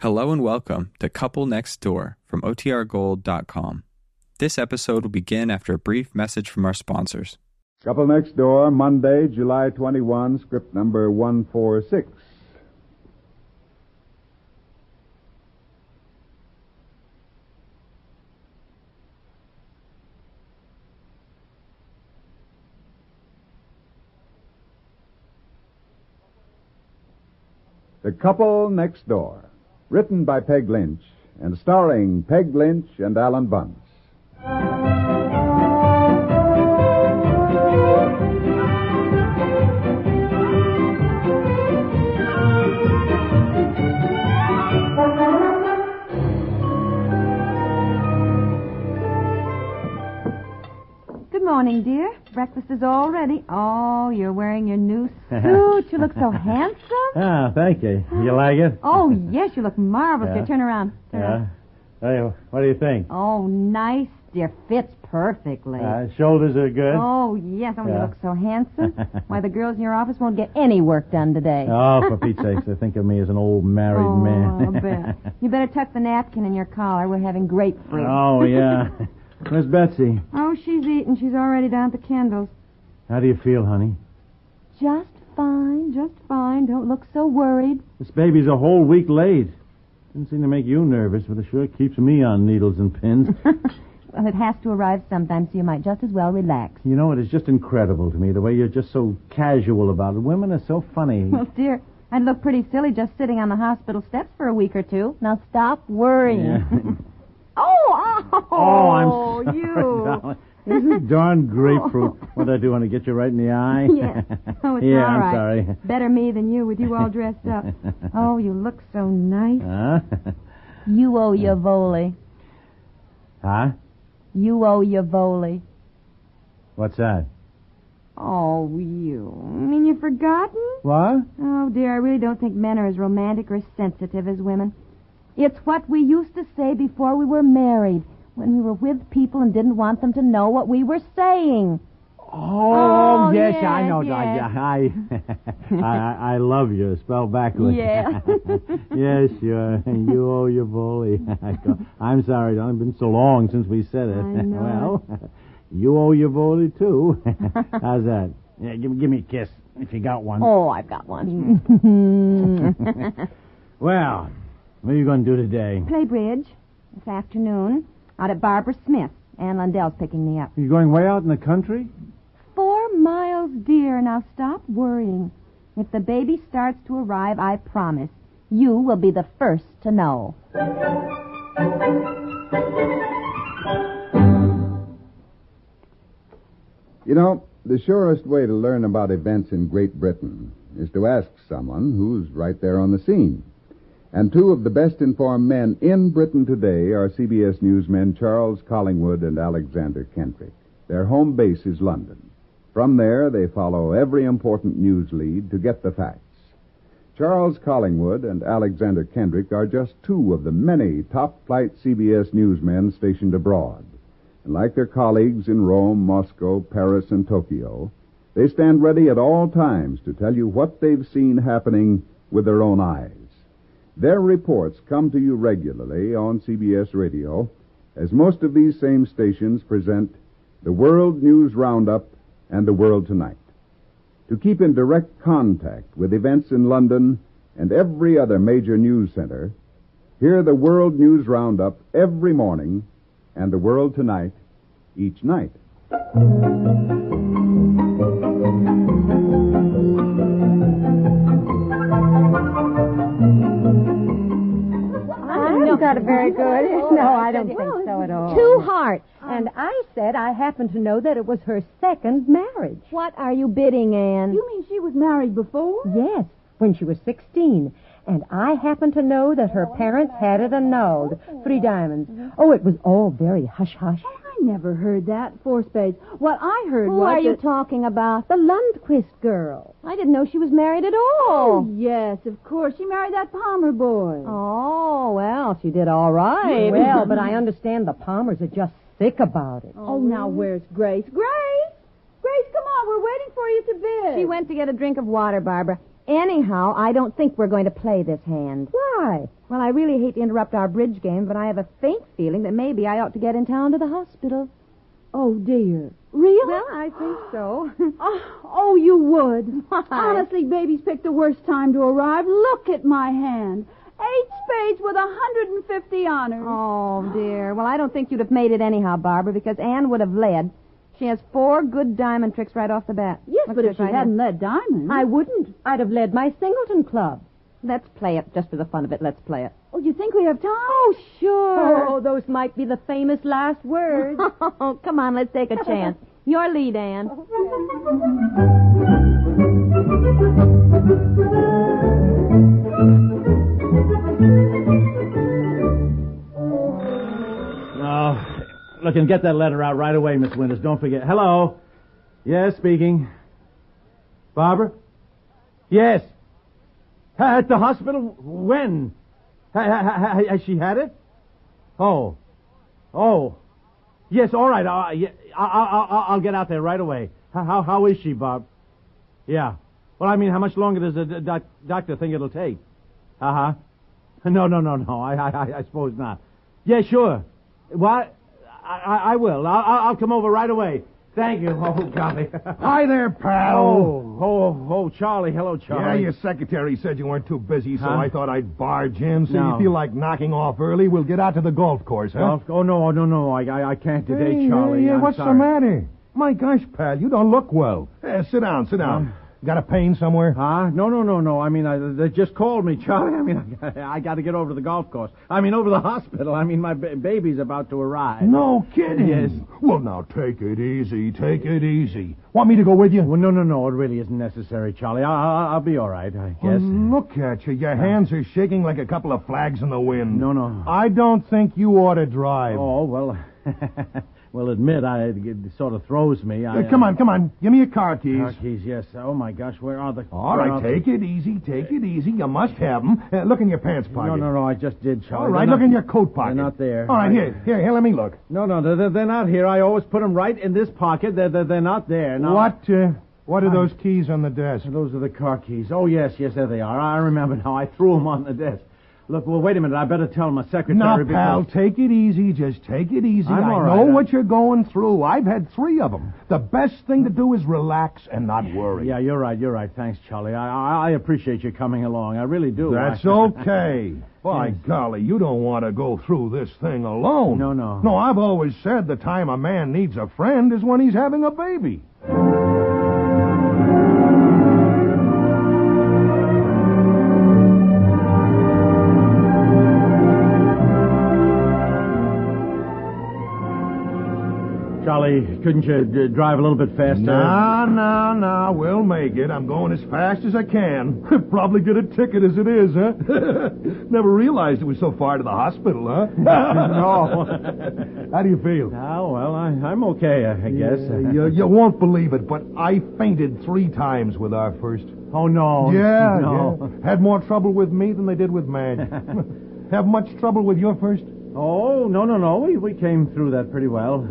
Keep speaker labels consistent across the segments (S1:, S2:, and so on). S1: Hello and welcome to Couple Next Door from OTRGold.com. This episode will begin after a brief message from our sponsors.
S2: Couple Next Door, Monday, July 21, script number 146. The Couple Next Door, written by Peg Lynch and starring Peg Lynch and Alan Bunce.
S3: Good morning, dear. Breakfast is all ready. Oh, you're wearing your new suit. You look so handsome.
S4: Ah, thank you. You like it?
S3: Oh, yes, you look marvelous.
S4: Yeah.
S3: Here, turn around. Turn
S4: Yeah.
S3: around.
S4: Hey, what do you think?
S3: Oh, nice, dear. Fits perfectly.
S4: Uh, shoulders are good.
S3: oh, yes. Oh, you
S4: Yeah.
S3: look so handsome. Why, the girls in your office won't get any work done today.
S4: Oh, for Pete's sakes, they think of me as an old married
S3: Oh, I'll
S4: man.
S3: bet. You better tuck the napkin in your collar. We're having grapefruit.
S4: oh, yeah. Miss Betsy,
S3: Oh, she's eating. She's already down at the candles.
S4: how do you feel, honey?
S3: Just fine, just fine. Don't look so worried.
S4: This baby's a whole week late. Didn't seem to make you nervous, but it sure keeps me on needles and pins.
S3: Well, it has to arrive sometime, so you might just as well relax.
S4: you know, it is just incredible to me the way you're just so casual about it. Women are so funny.
S3: Well, Oh, dear, I'd look pretty silly just sitting on the hospital steps for a week or two. Now stop worrying.
S4: Yeah.
S3: Oh, oh,
S4: Oh, I'm sorry,
S3: you.
S4: darling. This is darn grapefruit. What did I do? Want to get you right in the eye?
S3: Yes. Oh, it's
S4: yeah,
S3: all right.
S4: I'm sorry.
S3: Better me than you with you all dressed up. Oh, you look so nice.
S4: Huh?
S3: You owe your volley.
S4: huh?
S3: You owe your volley.
S4: What's that?
S3: Oh, you. I mean, you've forgotten?
S4: What?
S3: Oh, dear, I really don't think men are as romantic or sensitive as women. It's what we used to say before we were married, when we were with people and didn't want them to know what we were saying.
S4: Oh,
S3: Oh,
S4: yes,
S3: yes,
S4: I know. I,
S3: yes.
S4: I, I, I love you. Spell backwards.
S3: Yeah.
S4: yes, sure. You owe your bully. I'm sorry, darling. It's been so long since we said it.
S3: I know.
S4: Well, you owe your bully, too. How's that? Yeah, give, give me a kiss if you got one.
S3: Oh, I've got one.
S4: Well, what are you going to do today?
S3: Play bridge this afternoon out at Barbara Smith. Ann Lundell's picking me up.
S4: You going way out in the country?
S3: Four miles, dear. Now stop worrying. If the baby starts to arrive, I promise you will be the first to know.
S2: You know, the surest way to learn about events in Great Britain is to ask someone who's right there on the scene. And two of the best informed men in Britain today are CBS newsmen Charles Collingwood and Alexander Kentrick. Their home base is London. From there, they follow every important news lead to get the facts. Charles Collingwood and Alexander Kendrick are just two of the many top flight CBS newsmen stationed abroad. And like their colleagues in Rome, Moscow, Paris, and Tokyo, they stand ready at all times to tell you what they've seen happening with their own eyes. Their reports come to you regularly on CBS Radio, as most of these same stations present the World News Roundup and the World Tonight. To keep in direct contact with events in London and every other major news center, hear the World News Roundup every morning and the World Tonight each night.
S3: I haven't got it very good. No, I don't think so at all. Um, Two hearts. and I said I happen to know that it was her second marriage. What are you bidding, Anne?
S5: You mean she was married before?
S3: Yes, when she was 16. And I happen to know that her parents had it annulled. Three diamonds. Oh, it was all very hush-hush.
S5: I never heard that. Four spades. What I heard
S3: Who
S5: was.
S3: are you
S5: that-
S3: talking about? The Lundquist girl. I didn't know she was married at
S5: Oh,
S3: all.
S5: yes, of course. She married that Palmer boy.
S3: Oh, well, she did all right.
S5: Well, but I
S3: understand the Palmers are just sick about it.
S5: Oh, now where's Grace? Grace? Grace, come on. We're waiting for you to bid.
S3: She went to get a drink of water, Barbara.
S6: Anyhow, I don't think we're going to play this hand.
S3: Why?
S6: Well, I really hate to interrupt our bridge game, but I have a faint feeling that maybe I ought to get in town to the hospital.
S5: Oh, dear. Really?
S6: Well, I think so.
S5: Oh, oh, you would.
S6: Why?
S5: Honestly, babies picked the worst time to arrive. Look at my hand. Eight spades with a 150 honors.
S6: oh, dear. Well, I don't think you'd have made it anyhow, Barbara, because Anne would have led. She has four good diamond tricks right off the bat.
S5: yes,
S6: Look
S5: but
S6: at
S5: if she
S6: her right
S5: hadn't
S6: hand.
S5: led diamonds.
S3: I wouldn't. I'd have led my singleton club.
S6: Let's play it, just for the fun of it. Let's play it.
S5: Oh, you think we have time? Oh,
S6: sure.
S3: Oh, those might be the famous last words.
S6: Oh, come on, let's take a chance. Your lead, Anne.
S4: No. Look, and get that letter out right away, Miss Winters. Don't forget. Hello? Yes, speaking. Barbara? Yes. Ha- At the hospital? When? Ha- ha- ha- ha- Has she had it? Oh. Oh. Yes, all right. I- I- yeah, I- I- I- I'll get out there right away. How, how, how is she, Bob? Yeah. Well, I mean, how much longer does the d- doc- doctor think it'll take? Uh huh. No, no, no, no. I, I, I- I suppose not. Yeah, sure. What? I, I, I will. I'll, I'll- I'll come over right away. Thank you. Oh, golly.
S7: Hi there, pal.
S4: Oh, oh, oh, Charlie. Hello,
S7: Yeah,
S4: Charlie.
S7: your secretary said you weren't too busy, so
S4: Huh?
S7: I thought I'd barge in. So
S4: No.
S7: you feel like knocking off early? We'll get out to the golf course, huh?
S4: Golf- Oh, no, no, no. I, I, I can't today,
S7: Hey,
S4: Charlie.
S7: hey, hey,
S4: I'm
S7: what's the
S4: sorry.
S7: matter? My gosh, pal, you don't look well. Eh, sit down, sit down.
S4: Um,
S7: Got a pain somewhere?
S4: Huh? No, no, no, no. I mean, I, they just called me, Charlie. I mean, I, I got to get over to the golf course. I mean, over to the hospital. I mean, my ba- baby's about to arrive.
S7: No kidding.
S4: Yes.
S7: Well, now take it easy. Take it easy. Want me to go with you?
S4: Well, no, no, no. It really isn't necessary, Charlie. I, I, I'll be all right, I
S7: Well,
S4: guess.
S7: Look at you. Your hands are shaking like a couple of flags in the wind.
S4: No, no.
S7: I don't think you ought to drive.
S4: Oh, well, well, admit, I, it sort of throws me. I,
S7: Uh, come on, come on. Give me your car keys.
S4: Car keys, yes. Oh, my gosh. Where are the.
S7: All
S4: where
S7: right,
S4: are the-
S7: take it easy. Take it easy. You must have 'em. Uh, look in your pants pocket.
S4: No, no, no. I just did, Charlie.
S7: All right,
S4: They're
S7: look
S4: not-
S7: in your coat pocket.
S4: They're not there.
S7: All right,
S4: I-
S7: here, here, here. Let me look.
S4: No, no, they're, they're not here. I always put them right in this pocket. They're, they're, they're not there. Now,
S7: What? Uh, what are those keys on the desk?
S4: Those are the car keys. Oh, yes, yes, there they are. I remember now. I threw them on the desk. Look, well, wait a minute. I better tell my secretary.
S7: Now,
S4: because-
S7: pal, take it easy. Just take it easy.
S4: I'm
S7: I
S4: all
S7: know
S4: right, I-
S7: what you're going through. I've had three of them. The best thing to do is relax and not worry.
S4: Yeah, you're right. You're right. Thanks, Charlie. I, I, I appreciate you coming along. I really do.
S7: That's
S4: I-
S7: okay. By
S4: Yes.
S7: golly, you don't want to go through this thing alone.
S4: No, no.
S7: No, I've always said the time a man needs a friend is when he's having a baby.
S4: Charlie, couldn't you d- drive a little bit faster?
S7: No, no, no. We'll make it. I'm going as fast as I can. Probably get a ticket as it is, huh? Never realized it was so far to the hospital, huh?
S4: No.
S7: How do you feel?
S4: Oh, well, I, I'm okay, I, I guess.
S7: You, you won't believe it, but I fainted three times with our first.
S4: Oh, no.
S7: Yeah,
S4: No.
S7: yeah. Had more trouble with me than they did with Madge. Have much trouble with your first?
S4: Oh, no, no, no. We, we came through that pretty well.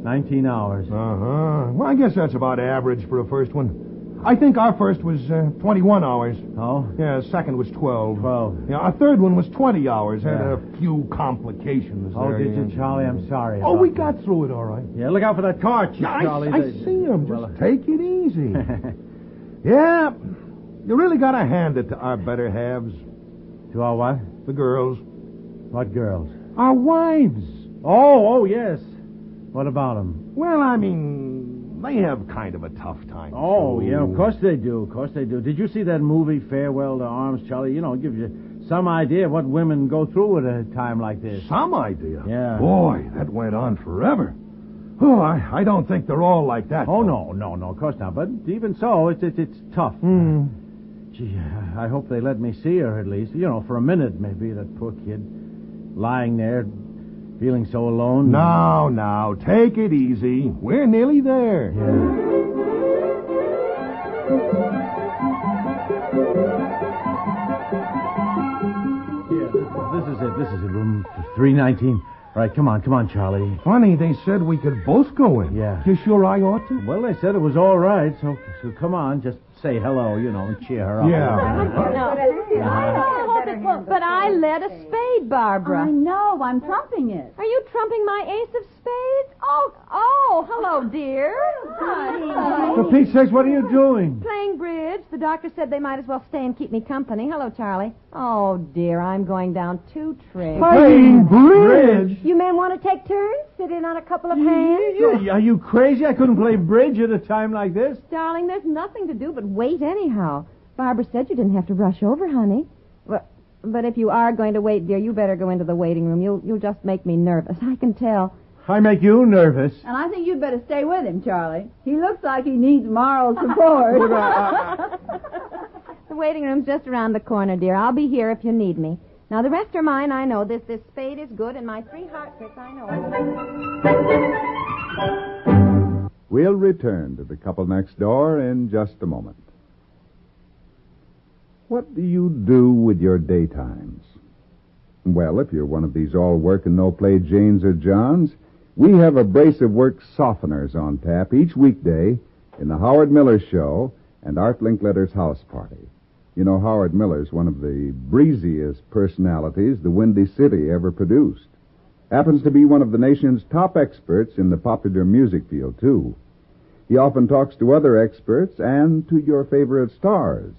S4: 19 hours.
S7: Uh-huh. Well, I guess that's about average for a first one. I think our first was uh, 21 hours.
S4: Oh?
S7: Yeah, second was 12.
S4: 12.
S7: Yeah, our third one was 20 hours. Had
S4: Yeah.
S7: a few complications
S4: Oh,
S7: there,
S4: did you,
S7: yeah.
S4: Charlie? I'm sorry.
S7: Oh,
S4: about
S7: we
S4: that.
S7: got through it all right.
S4: Yeah, look out for that car, Ch-
S7: I,
S4: Charlie.
S7: I
S4: They-
S7: see him. Just
S4: Well, uh,
S7: take it easy. yeah, you really got to hand it to our better halves,
S4: to our what?
S7: the girls.
S4: What girls?
S7: Our wives.
S4: Oh, oh, yes. What about them?
S7: Well, I mean, they have kind of a tough time.
S4: Oh,
S7: too.
S4: yeah, of course they do. Of course they do. Did you see that movie, Farewell to Arms, Charlie? You know, it gives you some idea of what women go through at a time like this.
S7: Some idea.
S4: Yeah.
S7: Boy, that went on forever. Oh, I, I don't think they're all like that.
S4: Oh, no,
S7: though.
S4: no, no, of course not. But even so, it's, it's, it's tough.
S7: Hmm.
S4: Gee, I hope they let me see her at least. You know, for a minute, maybe, that poor kid. Lying there, feeling so alone.
S7: Now, now, take it easy. We're nearly there.
S4: Yeah. Yeah, this is it. This is it. Room 319. All right, come on, come on, Charlie.
S7: Funny, they said we could both go in.
S4: Yeah.
S7: You sure I ought to?
S4: Well, they said it was all right, so, so come on, just say hello, you know, and cheer her up.
S7: Yeah.
S6: No. I hope it won't, but I led a spade, Barbara.
S5: I know. I'm trumping it.
S6: Are you trumping my ace of spades? Oh, oh, hello, dear. Hi.
S4: For Pete's sakes, what are you doing?
S6: Playing bridge. The doctor said they might as well stay and keep me company. Hello, Charlie. Oh, dear, I'm going down two tricks.
S4: Playing bridge?
S3: You men want to take turns? Sit in on a couple
S5: Mm-hmm.
S3: of hands?
S4: You- are you crazy? I couldn't play bridge at a time like this.
S6: Darling, there's nothing to do but wait anyhow. Barbara said you didn't have to rush over, honey. But, but if you are going to wait, dear, you better go into the waiting room. You'll, you'll just make me nervous. I can tell.
S4: I make you nervous.
S5: And I think you'd better stay with him, Charlie. He looks like he needs moral support.
S6: The waiting room's just around the corner, dear. I'll be here if you need me. Now, the rest are mine, I know. This this spade is good, and my three heart tricks, I know.
S2: We'll return to the couple next door in just a moment. What do you do with your daytimes? Well, if you're one of these all work and no play Janes or Johns, we have a brace of work softeners on tap each weekday in the Howard Miller Show and Art Linkletter's House Party. You know, Howard Miller's one of the breeziest personalities the Windy City ever produced happens to be one of the nation's top experts in the popular music field, too. He often talks to other experts and to your favorite stars,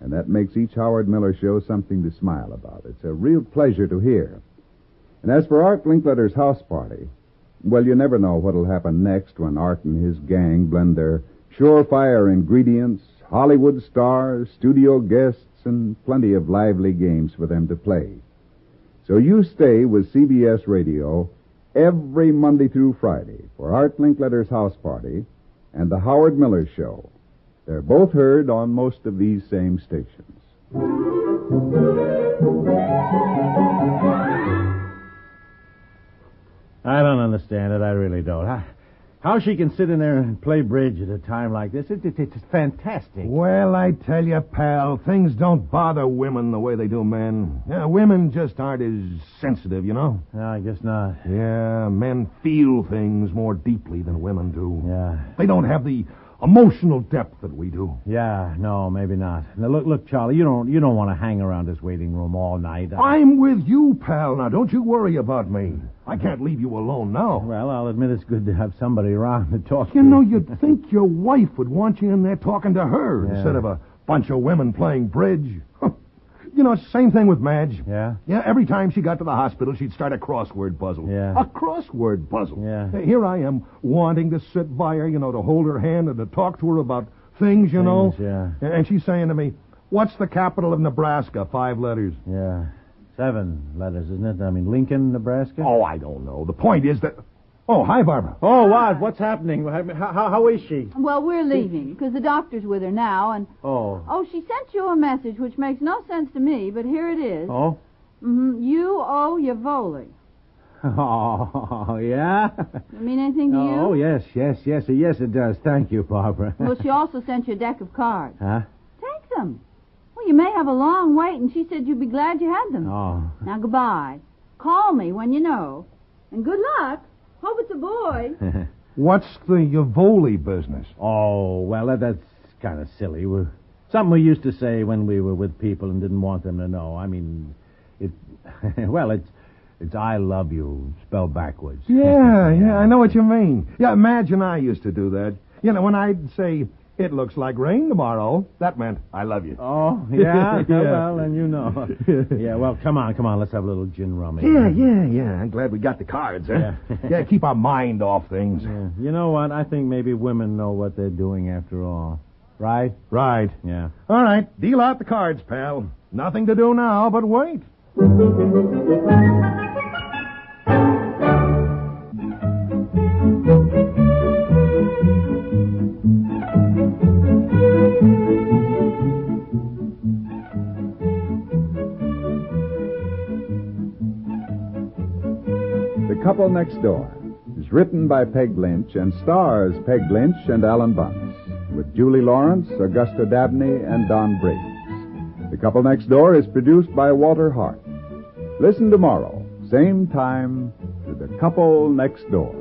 S2: and that makes each Howard Miller show something to smile about. It's a real pleasure to hear. And as for Art Linkletter's house party, well, you never know what'll happen next when Art and his gang blend their surefire ingredients, Hollywood stars, studio guests, and plenty of lively games for them to play. So you stay with CBS Radio every Monday through Friday for Art Linkletter's House Party and The Howard Miller Show. They're both heard on most of these same stations.
S4: I don't understand it. I really don't. How, how she can sit in there and play bridge at a time like this, it, it- it's fantastic.
S7: Well, I tell you, pal, things don't bother women the way they do men. Yeah, women just aren't as sensitive, you know?
S4: No, I guess not.
S7: Yeah, men feel things more deeply than women do.
S4: Yeah.
S7: They don't have the emotional depth that we do.
S4: Yeah, no, maybe not. Now look, look, Charlie, you don't, you don't want to hang around this waiting room all night.
S7: I'm with you, pal. Now, don't you worry about me. I can't leave you alone now.
S4: Well, I'll admit it's good to have somebody around to talk.
S7: You
S4: to.
S7: know, you'd think your wife would want you in there talking to her
S4: Yeah.
S7: instead of a bunch of women playing bridge. you know, same thing with Madge.
S4: Yeah.
S7: Yeah, every time she got to the hospital, she'd start a crossword puzzle.
S4: Yeah.
S7: A crossword puzzle.
S4: Yeah.
S7: Hey, Here I am wanting to sit by her, you know, to hold her hand and to talk to her about things, you know.
S4: Things,
S7: A- And she's saying to me, What's the capital of Nebraska? Five letters.
S4: Yeah, seven letters, isn't it? I mean, Lincoln, Nebraska.
S7: Oh, I don't know. The point is that. Oh, hi, Barbara.
S4: Oh, what? What's happening? How, how, how is she?
S5: well, we're leaving because the doctor's with her now, and
S4: Oh,
S5: oh, she sent you a message which makes no sense to me, but here it is.
S4: oh,
S5: Mhm. You owe Yavoli.
S4: oh, yeah.
S5: Does it mean anything to
S4: Oh,
S5: you?
S4: yes, yes, yes, yes, it does. Thank you, Barbara.
S5: Well, she also sent you a deck of cards.
S4: Huh?
S5: Take them. Well, you may have a long wait, and she said you'd be glad you had them.
S4: Oh,
S5: Now, goodbye. Call me when you know. And good luck. Hope it's a boy.
S7: What's the Yavoli business?
S4: oh, well, that, that's kind of silly. we something we used to say when we were with people and didn't want them to know. I mean, it. well, it's it's I love you spelled backwards.
S7: Yeah, yeah, I know what you mean. Yeah, Madge and I used to do that. You know, when I'd say, It looks like rain tomorrow, that meant, I love you.
S4: Oh, yeah?
S7: Yeah.
S4: Well, then you know. yeah, well, come on, come on. Let's have a little gin rummy.
S7: Yeah, yeah, yeah. I'm glad we got the cards, huh?
S4: Yeah.
S7: yeah, keep our mind off things.
S4: You know what? I think maybe women know what they're doing after all. Right?
S7: Right.
S4: Yeah.
S7: All right, deal out the cards, pal. Nothing to do now but wait.
S2: The Couple Next Door is written by Peg Lynch and stars Peg Lynch and Alan Bunce, with Julie Lawrence, Augusta Dabney, and Don Briggs. The Couple Next Door is produced by Walter Hart. Listen tomorrow, same time, to The Couple Next Door.